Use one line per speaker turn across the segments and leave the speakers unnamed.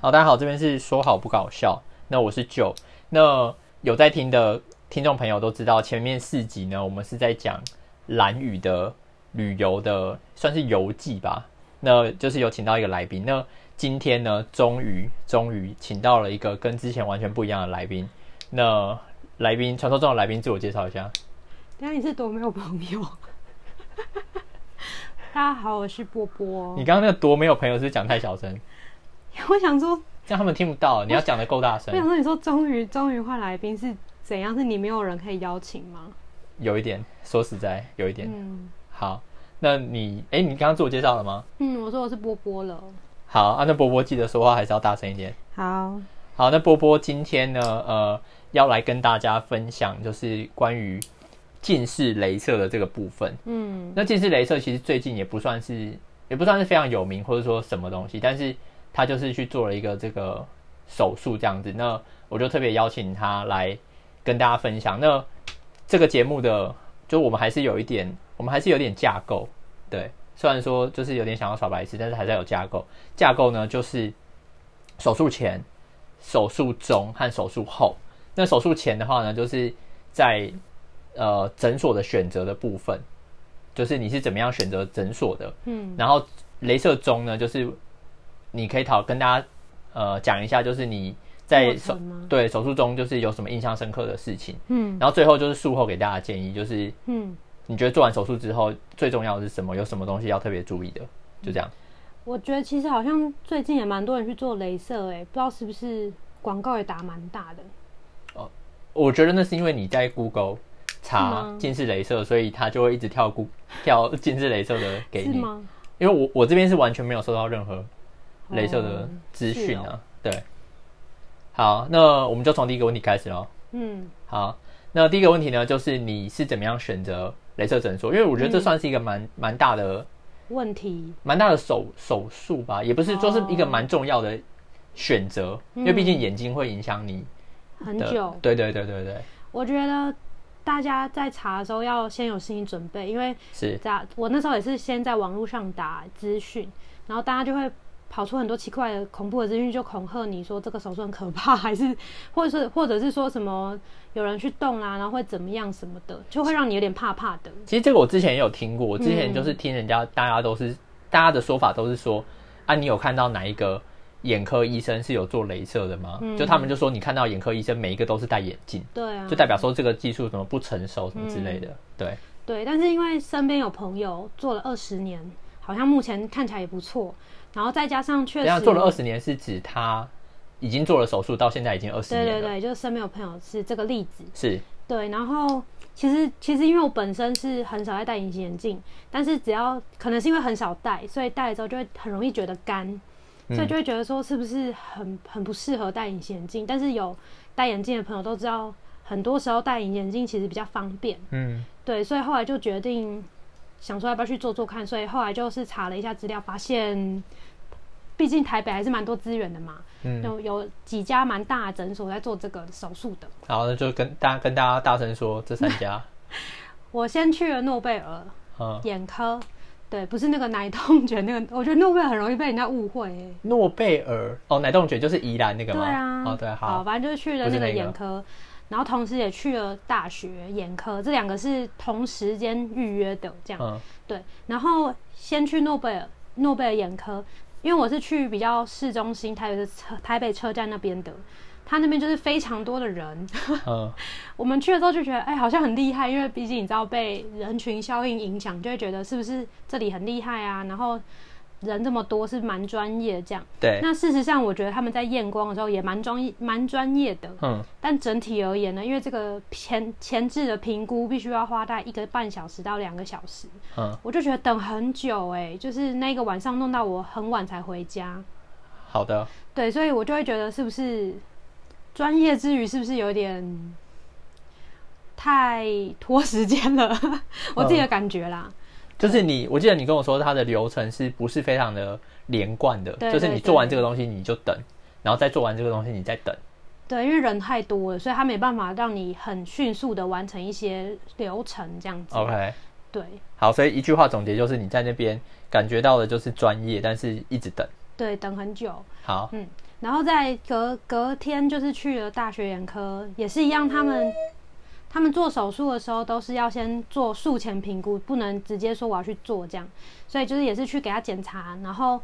好，大家好，这边是说好不搞笑，那我是 Joe。那有在听的听众朋友都知道，前面四集呢，我们是在讲蓝屿的旅游的，算是游记吧。那就是有请到一个来宾。那今天呢，终于终于请到了一个跟之前完全不一样的来宾。那来宾传说中的来宾，自我介绍一下。
等一下你是多没有朋 友？大家好，我是波波
你。刚刚那个多没有朋友是不是讲太小声，
我想说，
这样他们听不到。你要讲的够大
我想
声，
说，你说终于终于换来宾是怎样？是你没有人可以邀请吗？
有一点，说实在有一点。
嗯
好，那你哎，你刚刚自我介绍了吗？
嗯，我说我是波波了。
好啊，那波波记得说话还是要大声一点。
好，
好，那波波今天呢，呃，要来跟大家分享就是关于近视雷射的这个部分。
嗯
那近视雷射其实最近也不算是，也不算是非常有名或者说什么东西，但是他就是去做了一个这个手术这样子。那我就特别邀请他来跟大家分享。那这个节目的，就我们还是有一点，我们还是有点架构，对。虽然说就是有点想要耍白痴，但是还是要有架构。架构呢，就是手术前、手术中和手术后。那手术前的话呢，就是在呃诊所的选择的部分，就是你是怎么样选择诊所的。
嗯
然后镭射中呢，就是你可以讨跟大家呃讲一下，就是你在
过
手
程吗
对手术中就是有什么印象深刻的事情。
嗯
然后最后就是术后给大家建议，就是
嗯，
你觉得做完手术之后最重要的是什么？有什么东西要特别注意的？就这样。
我觉得其实好像最近也蛮多人去做镭射、欸，哎，不知道是不是广告也打蛮大的。
我觉得那是因为你在 Google 查
吗
近视雷射，所以它就会一直跳 Google 跳近视雷射的给
是
你。
吗？
因为我我这边是完全没有收到任何镭射的
哦
资讯
是
啊。对，好，那我们就从第一个问题开始喽。
嗯
好，那第一个问题呢，就是你是怎么样选择镭射诊所？因为我觉得这算是一个蛮蛮、大的
问题，
蛮大的手手术吧，也不是说是一个
哦
蛮重要的选择，因为毕竟眼睛会影响你
嗯很
的
久。
对对对对对，
我觉得大家在查的时候要先有心理准备，因为
是
打我那时候也是先在网络上打资讯，然后大家就会跑出很多奇怪的、恐怖的资讯，就恐吓你说这个手术很可怕， 还是或者是或者是说什么有人去动啊啦、然后会怎么样什么的，就会让你有点怕怕的。
其实这个我之前也有听过，我之前
嗯
就是听人家、大家都是大家的说法都是说，啊，你有看到哪一个眼科医生是有做镭射的吗？就他们就说你看到眼科医生每一个都是戴眼镜，
对嗯啊，嗯
就代表说这个技术什么不成熟什么之类的。对，
对，但是因为身边有朋友做了二十年，好像目前看起来也不错，然后再加上确
等一下
实
做了二十年是指他已经做了手术到现在已经二十
对
年
对
了，
对，就是身边有朋友是这个例子，
是
对，然后其实其实因为我本身是很少在戴隐形眼镜，但是只要可能是因为很少戴，所以戴了之后就会很容易觉得干，所以就会觉得说是不是很很不适合戴隐形眼镜。但是有戴眼镜的朋友都知道，很多时候戴隐形眼镜其实比较方便，
嗯
对，所以后来就决定想说要不要去做做看，所以后来就是查了一下资料，发现。毕竟台北还是蛮多资源的嘛，
嗯，
有有几家蛮大的诊所在做这个手术的。
好，那就跟大家跟大家大声说这三 家，
我先去了诺贝尔，
嗯，
眼科，对，不是那个奶痛觉那个，我 觉得诺贝尔很容易被人家误会、欸。
诺贝尔哦，奶冻卷就是宜兰那个
对
吗？
啊，
哦对，好，
反正就是去了
不是那
那个
个
眼科，然后同时也去了大学眼科，这两个是同时间预约的，这样、
嗯
对。然后先去诺贝尔，诺贝尔眼科，因为我是去比较市中心台北的车，台北车站那边的。他那边就是非常多的人，
嗯。
我们去了之后就觉得，哎、好像很厉害，因为毕竟你知道被人群效应影响，就会觉得是不是这里很厉害啊？然后人这么多是蛮专业这样。
对，
那事实上，我觉得他们在验光的时候也蛮专业、蛮专业的。
嗯，
但整体而言呢，因为这个前前置的评估必须要花大概一个半小时到两个小时，
嗯，
我就觉得等很久哎、就是那个晚上弄到我很晚才回家。
好的，
对，所以我就会觉得是不是专业之余是不是有点太拖时间了？ 我自己的感觉啦。
就是你，我记得你跟我说它的流程是不是非常的连贯的？
对
就是你
对
做完
对
这个东西你就等，然后再做完这个东西你再等。
对，因为人太多了，所以他没办法让你很迅速的完成一些流程这样子。
OK，
对
好，所以一句话总结就是你在那边感觉到的就是专业，但是一直等。
对，等很久。
好，
嗯，然后在隔隔天就是去了大学眼科，也是一样，他们他们做手术的时候都是要先做术前评估，不能直接说我要去做这样，所以就是也是去给他检查，然后。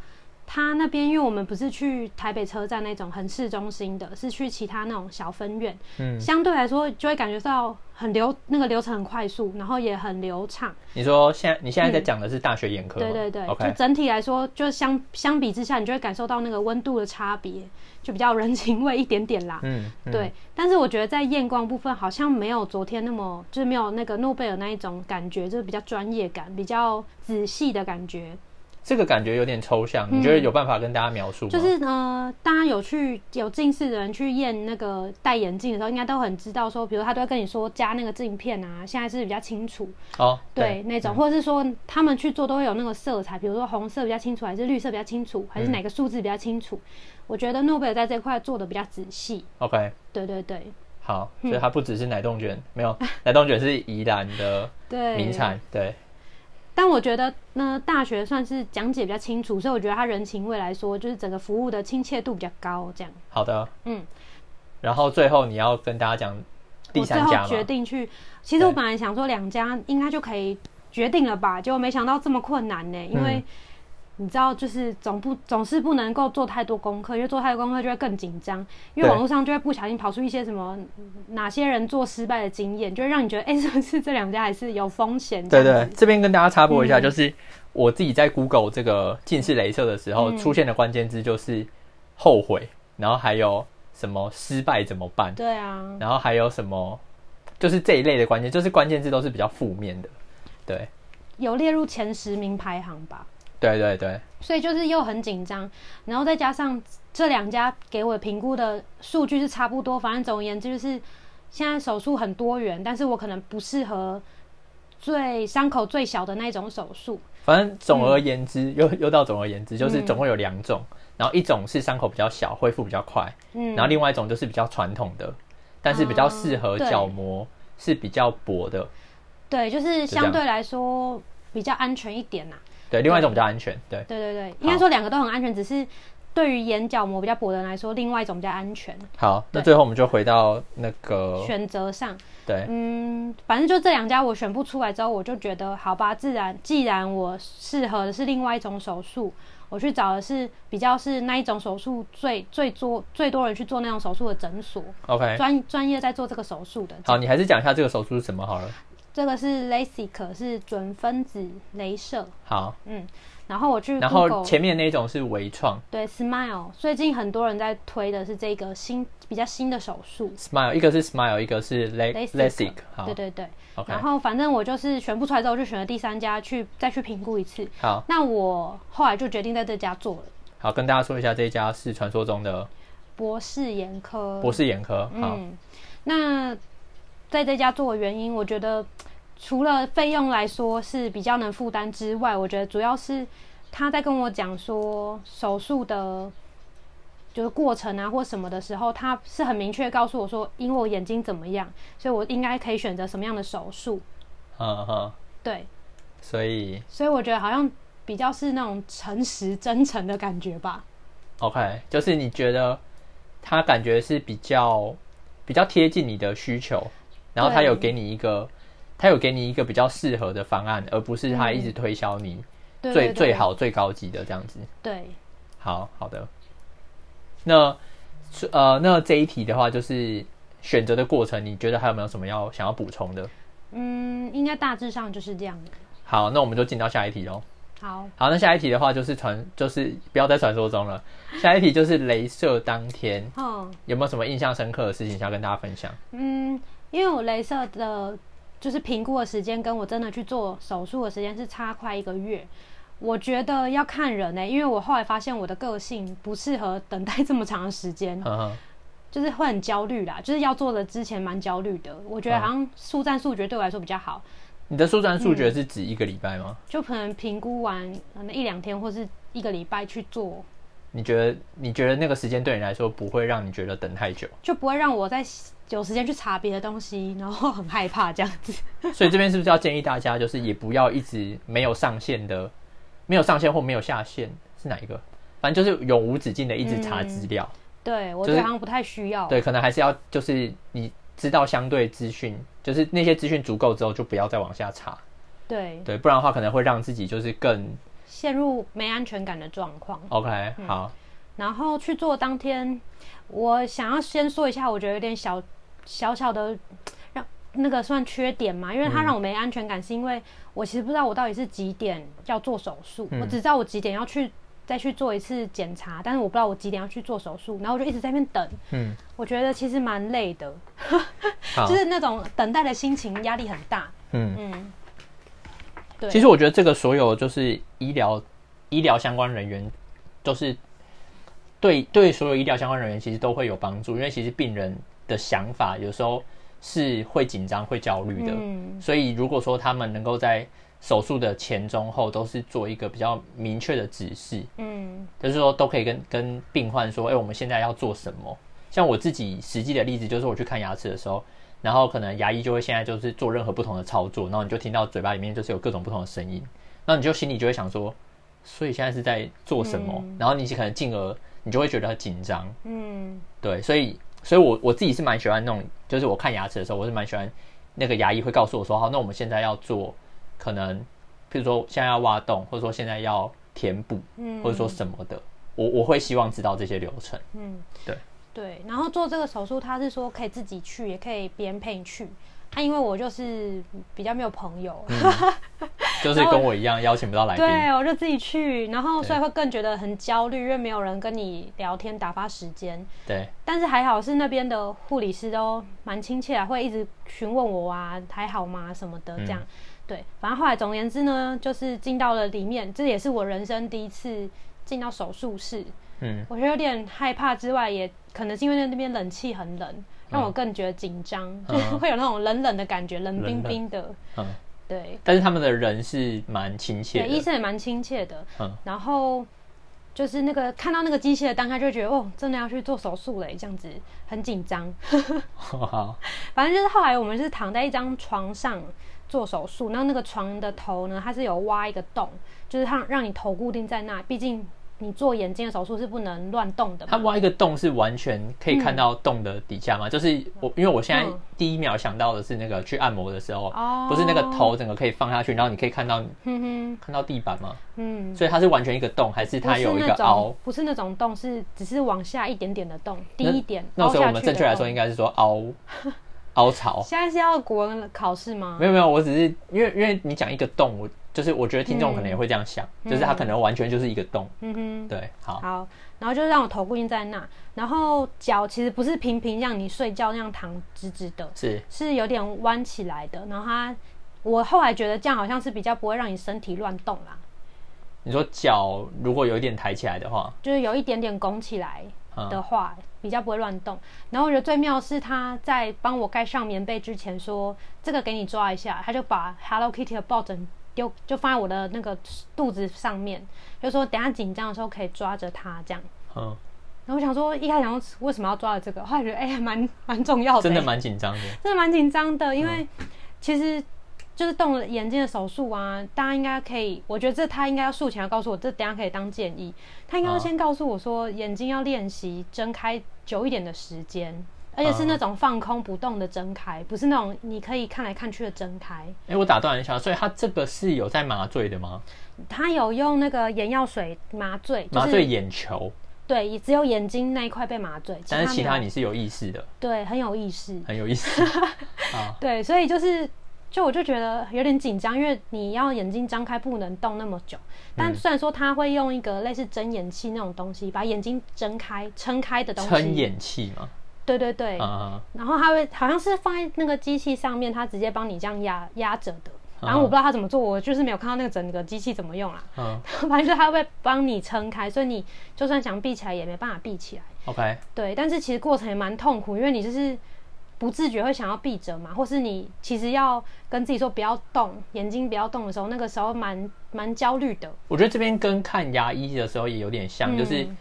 他那边，因为我们不是去台北车站那种很市中心的，是去其他那种小分院，
嗯，
相对来说就会感觉到很流，那个流程很快速，然后也很流畅。
你说现在你现在在讲的是大学眼科吗、
对嗯对对就
，OK，
整体来说，就相相比之下，你就会感受到那个温度的差别，就比较人情味一点点啦。
嗯，嗯，
对，但是我觉得在验光部分好像没有昨天那么，就是没有那个诺贝尔那一种感觉，就是比较专业感、比较仔细的感觉。
这个感觉有点抽象，你觉得有办法跟大家描述吗？
嗯就是呃，大家有去有近视的人去验那个戴眼镜的时候，应该都很知道说，比如他都会跟你说加那个镜片啊，现在是比较清楚，
哦，
对那
嗯
种，或者是说他们去做都会有那个色彩，比如说红色比较清楚，还是绿色比较清楚，
嗯
还是哪个数字比较清楚。我觉得诺贝尔在这块做的比较仔细，
，OK，
对对对
好，
嗯
所以它不只是奶冻卷，没有奶冻卷是宜兰的
对，
名产，对，
但我觉得呢，大学算是讲解比较清楚，所以我觉得他人情味来说，就是整个服务的亲切度比较高，这样。
好的，
嗯，
然后最后你要跟大家讲第
我最
三
后
家
决
吗？
定去，其实我
对
本来想说两家应该就可以决定了吧，结果没想到这么困难呢、因为
嗯
你知道，就是总不总是不能够做太多功课，因为做太多功课就会更紧张，因为
对
网络上就会不小心跑出一些什么哪些人做失败的经验，就会让你觉得， 哎、是不是这两家还是有风险？
对对，，这边跟大家插播一下，
嗯
就是我自己在 Google 这个近视雷射的时候，
嗯
出现的关键字就是后悔，然后还有什么失败怎么办，
对啊，
然后还有什么就是这一类的关键，就是关键字都是比较负面的，对
有列入前十名排行吧。
对对对，
所以就是又很紧张，然后再加上这两家给我评估的数据是差不多，反正总而言之就是现在手术很多元，但是我可能不适合最伤口最小的那种手术。
反正总
嗯
而言之，又又到总而言之，就是总共有两种，然后一种是伤口比较小，恢复比较快，
嗯，
然后另外一种就是比较传统的，但是比较适合
啊对
角膜，是比较薄的，
对，就是
这样
相对来说比较安全一点呐、
对，另外一种比较安全，对，
对对对，应该说两个都很安全，只是对于眼角膜比较薄的人来说，另外一种比较安全。
好，那
对
最后我们就回到那个，
选择上，
对，
嗯，反正就这两家我选不出来之后，我就觉得好吧，自然既然我适合的是另外一种手术，我去找的是比较是那一种手术最最多最多人去做那种手术的诊所，
，OK，
专专业在做这个手术的。
哎好，你还是讲一下这个手术是什么好了。
这个是 LASIK，是准分子镭射。
好，
然后我去 Google，
然后前面那一种是微创
对 Smile，最近很多人在推的是这个新比较新的手术
Smile，一个是 Smile，一个是 La- 哎 LASIK，
LASIK
好
对对对。
，OK，
然后反正我就是选不出来之后，我就选了第三家去再去评估一次。
好
那我后来就决定在这家做了
好跟大家说一下，这一家是传说中的
博士眼科。
博士眼科，好，
嗯，那在这家做的原因，我觉得除了费用来说是比较能负担之外，我觉得主要是他在跟我讲说手术的。就是过程啊，或什么的时候，他是很明确告诉我说，因为我眼睛怎么样，所以我应该可以选择什么样的手术。
嗯嗯，
对，
所以
所以我觉得好像比较是那种诚实、真诚的感觉吧。
OK，就是你觉得他感觉是比较比较贴近你的需求，然后他
对
有给你一个他有给你一个比较适合的方案，而不是他一直推销你
对
最、
嗯对对
最好最高级的这样子。
对，
好好的，那呃那这一题的话就是选择的过程，你觉得还有没有什么要想要补充的？
嗯，应该大致上就是这样的。
好，那我们就进到下一题喽。
好，
好，那下一题的话就是传，就是不要再传说中了。下一题就是镭射当天
哦，
有没有什么印象深刻的事情想要跟大家分享？
嗯，因为我镭射的，就是评估的时间跟我真的去做手术的时间是差快一个月。我觉得要看人呢、欸因为我后来发现我的个性不适合等待这么长的时间，
呵呵，
就是会很焦虑啦。就是要做的之前蛮焦虑的，我觉得好像速战速决对我来说比较好，
你的速战速决是指一个礼拜吗？
就可能评估完可能一两天或是一个礼拜去做，
你觉得你觉得那个时间对你来说不会让你觉得等太久，
就不会让我在有时间去查别的东西，然后很害怕这样子。
所以这边是不是要建议大家，就是也不要一直没有上线的，没有上线或没有下线是哪一个？反正就是永无止境的一直查资料。
对我
就是
觉得好像不太需要。
对，可能还是要就是你知道相对资讯，就是那些资讯足够之后，就不要再往下查。
对，
对，不然的话可能会让自己就是更
陷入没安全感的状况。
OK 好。
然后去做当天，我想要先说一下，我觉得有点小小小的让那个算缺点嘛，因为它
嗯
让我没安全感，是因为我其实不知道我到底是几点要做手术，
嗯
我只知道我几点要去再去做一次检查，但是我不知道我几点要去做手术，然后我就一直在那边等，
嗯，
我觉得其实蛮累的，
好
就是那种等待的心情压力很大，
嗯
嗯，对，
其实我觉得这个所有就是医疗医疗相关人员，就是对对所有医疗相关人员其实都会有帮助，因为其实病人的想法有时候是会紧张、会焦虑的。
嗯
所以如果说他们能够在手术的前、中、后都是做一个比较明确的指示，
嗯
就是说都可以跟跟病患说，哎、我们现在要做什么？像我自己实际的例子，就是我去看牙齿的时候，然后可能牙医就会现在就是做任何不同的操作，然后你就听到嘴巴里面就是有各种不同的声音，那你就心里就会想说，所以现在是在做什么？然后你可能进而你就会觉得很紧张，
嗯
对，所以所以我我自己是蛮喜欢那种，就是我看牙齿的时候，我是蛮喜欢那个牙医会告诉我说，好，那我们现在要做可能，譬如说现在要挖洞，或者说现在要填补，
嗯
或者说什么的，我我会希望知道这些流程。
嗯，
对
对。然后做这个手术，他是说可以自己去，也可以别人陪你去。啊，因为我就是比较没有朋友，
就是跟我一样邀请不到来宾。
对我就自己去，然后所以会更觉得很焦虑，因为没有人跟你聊天打发时间。
对，
但是还好是那边的护理师都蛮亲切啊，会一直询问我啊，还好吗什么的这样。对，反正后来总而言之呢，就是进到了里面，这也是我人生第一次进到手术室。
嗯
我觉得有点害怕之外，也可能是因为那边冷气很冷，让我更觉得紧张，就是 会有那种冷冷的感觉，啊冷冰冰的。
嗯，
对，
但是他们的人是蛮亲切
对，医
的。
生也蛮亲切的。
嗯
然后就是那个看到那个机器的当下，就觉得哦，真的要去做手术了耶，这样子很紧张。
好，
反正就是后来我们是躺在一张床上做手术，然后那个床的头呢，它是有挖一个洞，就是让让你头固定在那，毕竟。你做眼睛的手术是不能乱动的嘛，
他挖一个洞是完全可以看到洞的底下吗？就是我，因为我现在
嗯
第一秒想到的是那个去按摩的时候，
哦
不是那个头整个可以放下去，然后你可以看到
哼哼，
看到地板吗？
嗯，
所以它是完全一个洞，还是它有一个凹？
不是那种洞，是只是往下一点点的洞，低
那
一点。
那所以我们
凹下去的
正确来说
洞
应该是说凹 凹槽。
现在是要国文考试吗？
没有没有，我只是因为因为你讲一个洞，我就是我觉得听众可能也会这样想，就是它可能完全就是一个洞。
嗯哼，
对，好，
好，然后就让我头固定在那，然后脚其实不是平平让你睡觉那样躺直直的，
是
是有点弯起来的。然后它，我后来觉得这样好像是比较不会让你身体乱动啦，
你说脚如果有一点抬起来的话，
就是有一点点拱起来
嗯
的话，比较不会乱动。然后我觉得最妙是他在帮我盖上棉被之前说：“这个给你抓一下。”他就把 Hello Kitty 的抱枕丢，就放在我的那个肚子上面，就说等一下紧张的时候可以抓着它这样。
嗯，
然后我想说，一开始想说为什么要抓着这个，后来觉得哎，还蛮蛮重要的、
真的
欸
蛮紧张的。
真的蛮紧张的，因为
嗯
其实就是动了眼睛的手术啊，大家应该可以，我觉得这他应该要术前要告诉我，这等一下可以当建议，他应该要
哦
先告诉我说眼睛要练习睁开久一点的时间。而且
啊
是那种放空不动的睁开，不是那种你可以看来看去的睁开。
哎、我打断一下，所以它这个是有在麻醉的吗？
他有用那个眼药水麻醉，就
麻
是、
醉眼球，
对，也只有眼睛那一块被麻醉，
但是其他
没有
你是有意识的，
对很有意识。
很有意 思。啊
对，所以就是，就我就觉得有点紧张，因为你要眼睛张开不能动那么久。
嗯
但虽然说他会用一个类似睁眼器那种东西，把眼睛睁开、撑开的东西。
撑。眼器嘛，
对对对。
啊、
然后他会好像是放在那个机器上面，他直接帮你这样压压着的。然后我不知道他怎么做，我就是没有看到那个整个机器怎么用啦。
嗯
反正就是他会帮你撑开，所以你就算想闭起来也没办法闭起来。
，OK，
对，但是其实过程也蛮痛苦，因为你就是不自觉会想要闭着嘛，或是你其实要跟自己说不要动，眼睛不要动的时候，那个时候蛮蛮焦虑的。
我觉得这边跟看牙医的时候也有点像，就是
嗯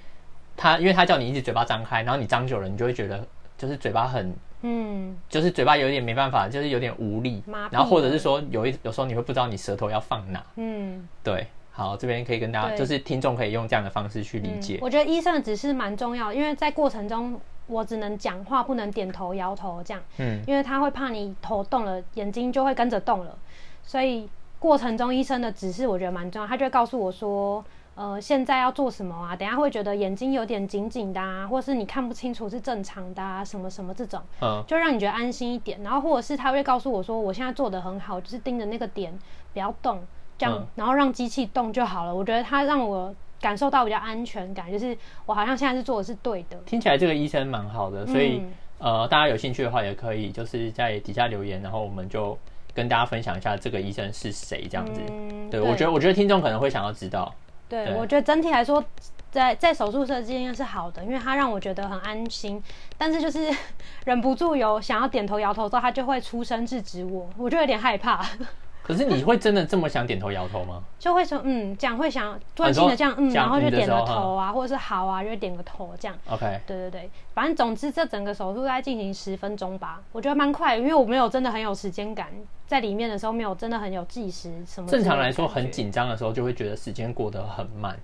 他因为他叫你一直嘴巴张开，然后你张久了，你就会觉得就是嘴巴很
嗯，
就是嘴巴有点没办法，就是有点无力
麻痹，
然后或者
了
是说有一有时候你会不知道你舌头要放哪，
嗯嗯，
对，好，这边可以跟大家，
对嗯
就是听众可以用这样的方式去理解。
我觉得医生的指示蛮重要的，因为在过程中我只能讲话，不能点头摇头这样，
嗯
因为他会怕你头动了，眼睛就会跟着动了，所以过程中医生的指示我觉得蛮重要，他就会告诉我说。呃，现在要做什么啊？等一下会觉得眼睛有点紧紧的啊，或是你看不清楚是正常的啊，什么什么这种。
嗯
就让你觉得安心一点。然后或者是他会告诉我说，我现在做的很好，就是盯着那个点不要动，这样，
嗯
然后让机器动就好了。我觉得他让我感受到比较安全感，就是我好像现在是做的是对的。
听起来这个医生蛮好的，所以、
嗯
呃，大家有兴趣的话也可以就是在底下留言，然后我们就跟大家分享一下这个医生是谁这样子。
嗯
对，我觉得我觉得听众可能会想要知道。
对
对
我觉得整体来说，在在手术室的经验是好的，因为它让我觉得很安心。但是就是 忍不住有想要点头摇头之后，他就会出声制止我，我就有点害怕，
可是你会真的这么想点头摇头吗？
就会说嗯，讲会想专心的这样嗯，
讲
然后就
嗯的
点
时候
个
哈
头啊，或者是好啊，就点个头这样。
OK，
对对对，反正总之这整个手术大概进行十分钟吧，我觉得蛮快的，因为我没有真的很有时间感，在里面的时候没有真的很有计时什么。
正常来说很。紧张的时候就会觉得时间过得很慢。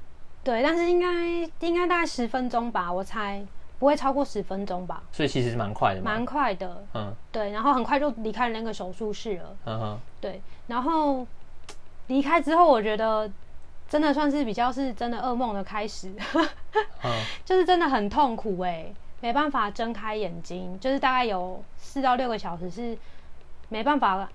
对，但是应该应该大概十分钟吧，我猜不会超过十分钟吧，
所以其实是蛮快的嘛。
蛮快的。
嗯
对，然后很快就离开了那个手术室了。
嗯哼，
对，然后离开之后，我觉得真的算是比较是真的噩梦的开始。
嗯，
就是真的很痛苦哎、没办法睁开眼睛，就是大概有四到六个小时是没办法，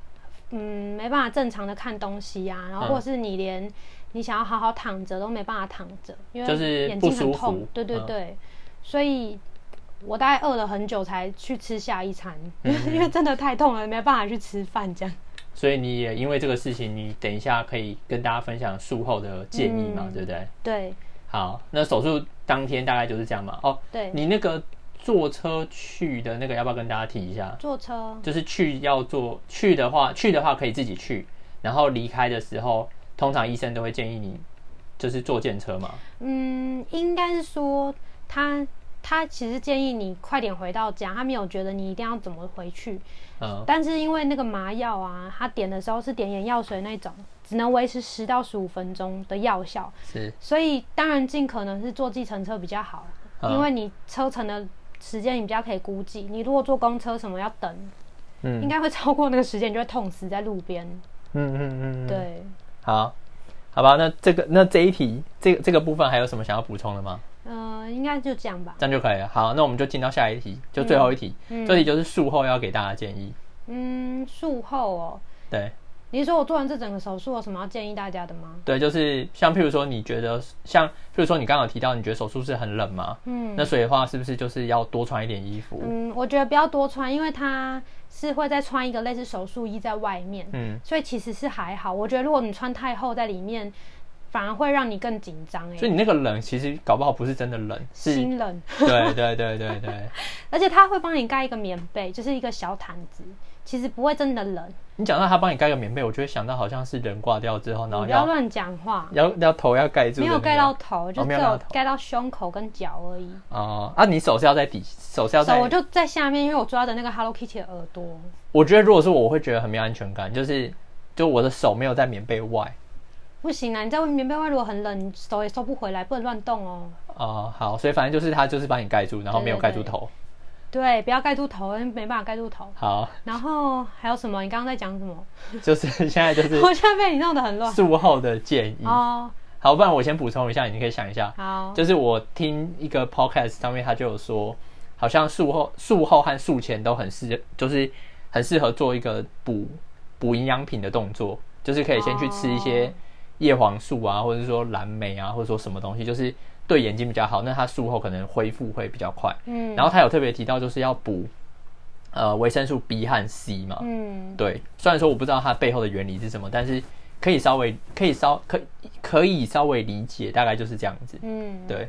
嗯，没办法正常的看东西啊，然后
嗯
或是你连你想要好好躺着都没办法躺着，因
就是
为眼睛
不舒
很痛，
服
对对
嗯
对，所以。我大概饿了很久才去吃下一餐，
嗯
因为真的太痛了，没办法去吃饭这样。
所以你也因为这个事情，你等一下可以跟大家分享术后的建议嘛，
嗯
对不对？
对
好，那手术当天大概就是这样嘛。哦，
对，
你那个坐车去的那个，要不要跟大家提一下？
坐车
就是去要坐去的话，去的话可以自己去，然后离开的时候，通常医生都会建议你就是坐电车嘛。
嗯，应该是说他他其实建议你快点回到家，他没有觉得你一定要怎么回去，
嗯
但是因为那个麻药啊，他点的时候是点眼药水那种，只能维持十到十五分钟的药效，
是
所以当然尽可能是坐计程车比较好啦，因
嗯
为你车程的时间你比较可以估计，你如果坐公车什么要等，
嗯
应该会超过那个时间，你就会痛死在路边。
嗯嗯嗯，嗯，
对，
好，好吧，那这个那这一题这个这个部分还有什么想要补充的吗？
嗯、应该就这样吧。
这样就可以了。好，那我们就进到下一题，就最后一题，
嗯嗯
这题就是术后要给大家建议。
嗯，术后哦，
对
你是说我做完这整个手术有什么要建议大家的吗？
对，就是像譬如说，你觉得像譬如说你刚刚有提到，你觉得手术室很冷嘛？
嗯
那所以的话，是不是就是要多穿一点衣服？
嗯，我觉得不要多穿，因为它是会再穿一个类似手术衣在外面，
嗯，
所以其实是还好。我觉得如果你穿太厚在里面，反而会让你更紧张哎
所，以你那个冷其实搞不好不是真的冷，是
心冷。
对对对对对，
而且它会帮你盖一个棉被，就是一个小毯子，其实不会真的冷。
你讲到他帮你盖个棉被，我就会想到好像是人挂掉之后，然
你
后
不要
要
乱讲话，
要要头要盖住的
没
那个，
有盖到头，
哦
就只
没有盖到
有
头
盖到胸口跟脚而已。
哦啊！你手是要在底，手是要在
手我就在下面，因为我抓着那个 Hello Kitty 的耳朵。
我觉得如果是我，我会觉得很没有安全感，就是就我的手没有在棉被外
不行啊！你在外面棉被外如果很冷，你手也收不回来，不能乱动哦。
哦、好，所以反正就是他就是把你盖住，然后没有盖住头。
对，不要盖住头，因为没办法盖住头。
好，
然后还有什么？你刚刚在讲什么？
就是现在就是
我现在被你弄得很乱。
术后的建议。
哦，
好，不然我先补充一下，你可以想一下，
好，
就是我听一个 podcast 上面他就有说，好像术后、术后和术前都很适，就是很适合做一个补补营养品的动作，就是可以先去吃一些叶黄素啊，或者说蓝莓啊，或者说什么东西，就是对眼睛比较好。那他术后可能恢复会比较快。
嗯，
然后他有特别提到，就是要补呃维生素 B 和 C 嘛。
嗯，
对，虽然说我不知道它背后的原理是什么，但是可以稍微可以稍可可以稍微理解，大概就是这样子。
嗯，
对，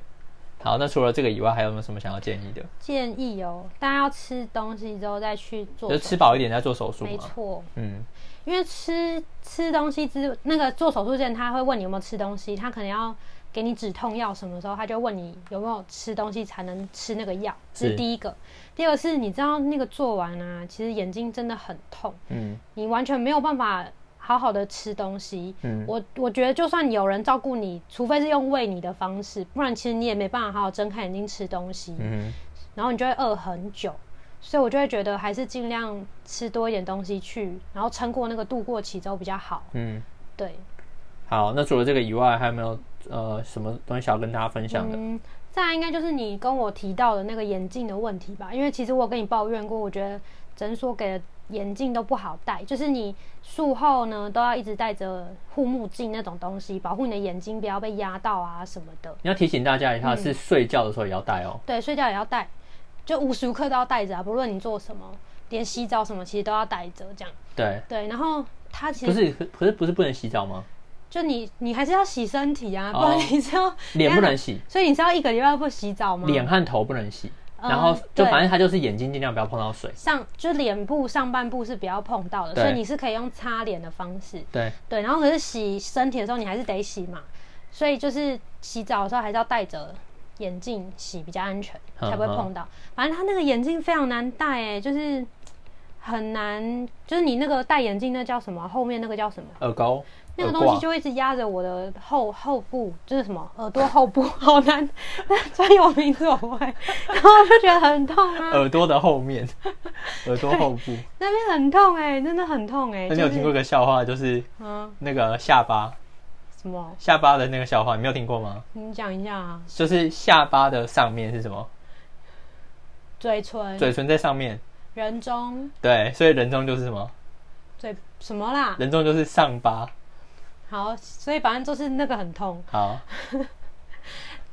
好，那除了这个以外，还有没有什么想要建议的？
建议哦，大家要吃东西之后再去做
就
手术，
吃饱一点再做手术
没
嘛。
错，
嗯，
因为吃吃东西之那个做手术之前，他会问你有没有吃东西，他可能要给你止痛药什么时候，他就问你有没有吃东西才能吃那个药，这
是
是第一个。第二个是你知道那个做完啊，其实眼睛真的很痛，
嗯，
你完全没有办法好好的吃东西。
嗯
我我觉得就算有人照顾你，除非是用喂你的方式，不然其实你也没办法好好睁开眼睛吃东西，
嗯
然后你就会饿很久。所以我就会觉得还是尽量吃多一点东西去，然后撑过那个度过期之后比较好。
嗯，
对，
好，那除了这个以外，还有没有呃什么东西想要跟大家分享的？
嗯，再来应该就是你跟我提到的那个眼镜的问题吧，因为其实我有跟你抱怨过，我觉得诊所给的眼镜都不好戴，就是你术后呢都要一直戴着护目镜那种东西，保护你的眼睛不要被压到啊什么的。
你要提醒大家一
嗯
下，是睡觉的时候也要戴哦。
对，睡觉也要戴，就无时无刻都要戴着啊，不论你做什么，连洗澡什么其实都要戴着这样。
对，
对，然后它其
不
实
是，可可是不是不能洗澡吗？
就你你还是要洗身体啊，
哦
不然你是要
脸不能洗，
所以你是要一个礼拜不洗澡吗？
脸和头不能洗，
嗯
然后就
对
反正它就是眼睛尽量不要碰到水。
上就脸部上半部是不要碰到的，
对
所以你是可以用擦脸的方式。
对，
对，然后可是洗身体的时候你还是得洗嘛，所以就是洗澡的时候还是要戴着眼镜洗比较安全，
嗯
才不会碰到。反正他那个眼镜非常难戴、哎，就是很难，就是你那个戴眼镜那叫什么？后面那个叫什么？
耳钩、
那个
耳
东
挂
西，就会一直压着我的后后部，就是什么耳朵后部， 好难，专有名字我不会，然后我就觉得很痛啊，
耳朵的后面， 耳朵后部。
那边很痛哎、真的很痛哎、
那你
就是
有听过一个笑话，就是
嗯，
那个下巴
什么？
下巴的那个笑话，你没有听过吗？
你讲一下啊。
就是下巴的上面是什么？
嘴唇、
嘴唇在上面，
人中、
对，所以人中就是什么？
嘴什么啦？
人中就是上巴。
好，所以反正就是那个很痛。
好，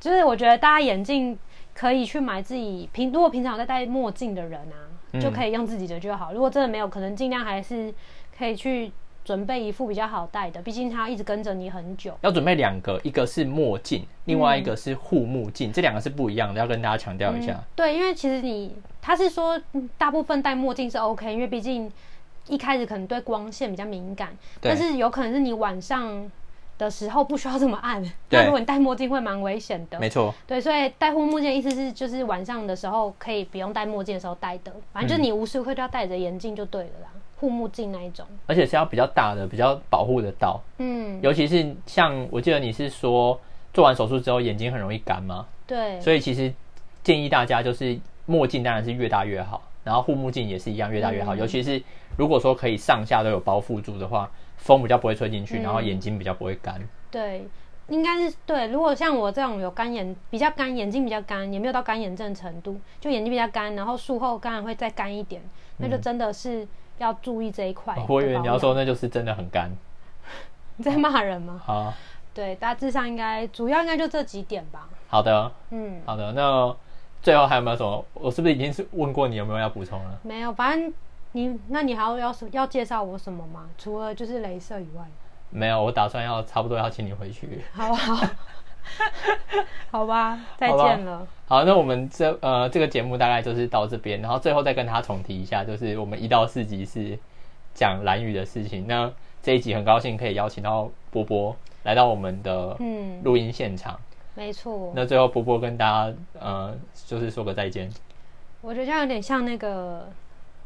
就是我觉得大家眼镜可以去买自己平，如果平常有在戴墨镜的人啊，
嗯
就可以用自己的就好。如果真的没有，可能尽量还是可以去准备一副比较好戴的，毕竟它一直跟着你很久。
要准备两个，一个是墨镜，另外一个是护目镜，这两个是不一样的，要跟大家强调一下。
嗯对，因为其实你他是说，嗯大部分戴墨镜是 OK，因为毕竟一开始可能对光线比较敏感，
对
但是有可能是你晚上的时候不需要这么暗，
对
那如果你戴墨镜会蛮危险的。
没错，
对，所以戴护目镜的意思是，就是晚上的时候可以不用戴墨镜的时候戴的，反正
嗯
就是你无时无刻都要戴着眼镜就对了啦，护目镜那一种。
而且是要比较大的，比较保护得到。
嗯，
尤其是像我记得你是说做完手术之后眼睛很容易干吗？
对，
所以其实建议大家就是墨镜当然是越大越好，然后护目镜也是一样越大越好，尤其是如果说可以上下都有包覆住的话，风比较不会吹进去，然后眼睛比较不会干。
对，应该是对。如果像我这种有干眼，比较干，眼睛比较干，也没有到干眼症程度，就眼睛比较干，然后术后当然会再干一点，那就真的是要注意这一块的保
嗯
养。
哦我以为你要说那就是真的很干
你在骂人吗？
啊。
对，大致上应该主要应该就这几点吧。
好的，
嗯，
好的，那最后还有没有什么？我是不是已经是问过你有没有要补充了？
没有，反正你那你还要要要介绍我什么吗？除了就是镭射以外，
没有，我打算要差不多要请你回去。
好不好？好吧，再
好吧
见了。
好，那我们这呃这个节目大概就是到这边，然后最后再跟他重提一下，就是我们一到四集是讲蓝雨的事情。那这一集很高兴可以邀请到波波来到我们的
嗯，
录音现场。
没错，
那最后波波跟大家呃就是说个再见。
我觉得这样有点像那个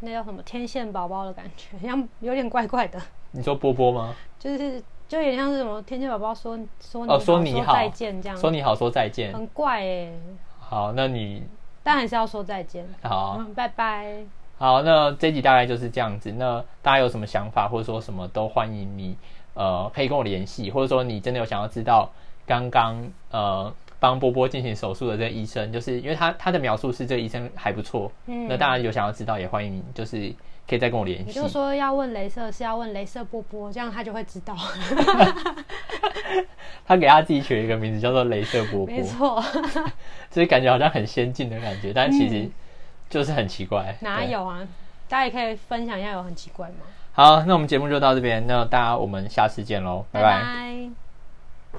那叫什么天线宝宝的感觉，像有点怪怪的，
你说波波吗？
就是就有点像是什么天线宝宝说说你
哦
好
说你好
再见这样，
说你好，说再见。
很怪哎、
好，那你
但还是要说再见。
好。
嗯，拜拜。
好，那这集大概就是这样子。那大家有什么想法，或者说什么都欢迎你，呃，可以跟我联系，或者说你真的有想要知道刚刚呃帮波波进行手术的这个医生，就是因为他他的描述是这个医生还不错，
嗯，
那大家有想要知道也欢迎你，就是可以再跟我联
你
系
就。说要问镭射是要问镭射波波，这样他就 会知道。
他给他自己取了一个名字叫做镭射波波，
没错，
就是感觉好像很先进的感觉，但其实就是很奇怪。
嗯哪
对
有啊？大家也可以分享一下有很奇怪吗？
好，那我们节目就到这边，那大家我们下次见喽，拜拜
拜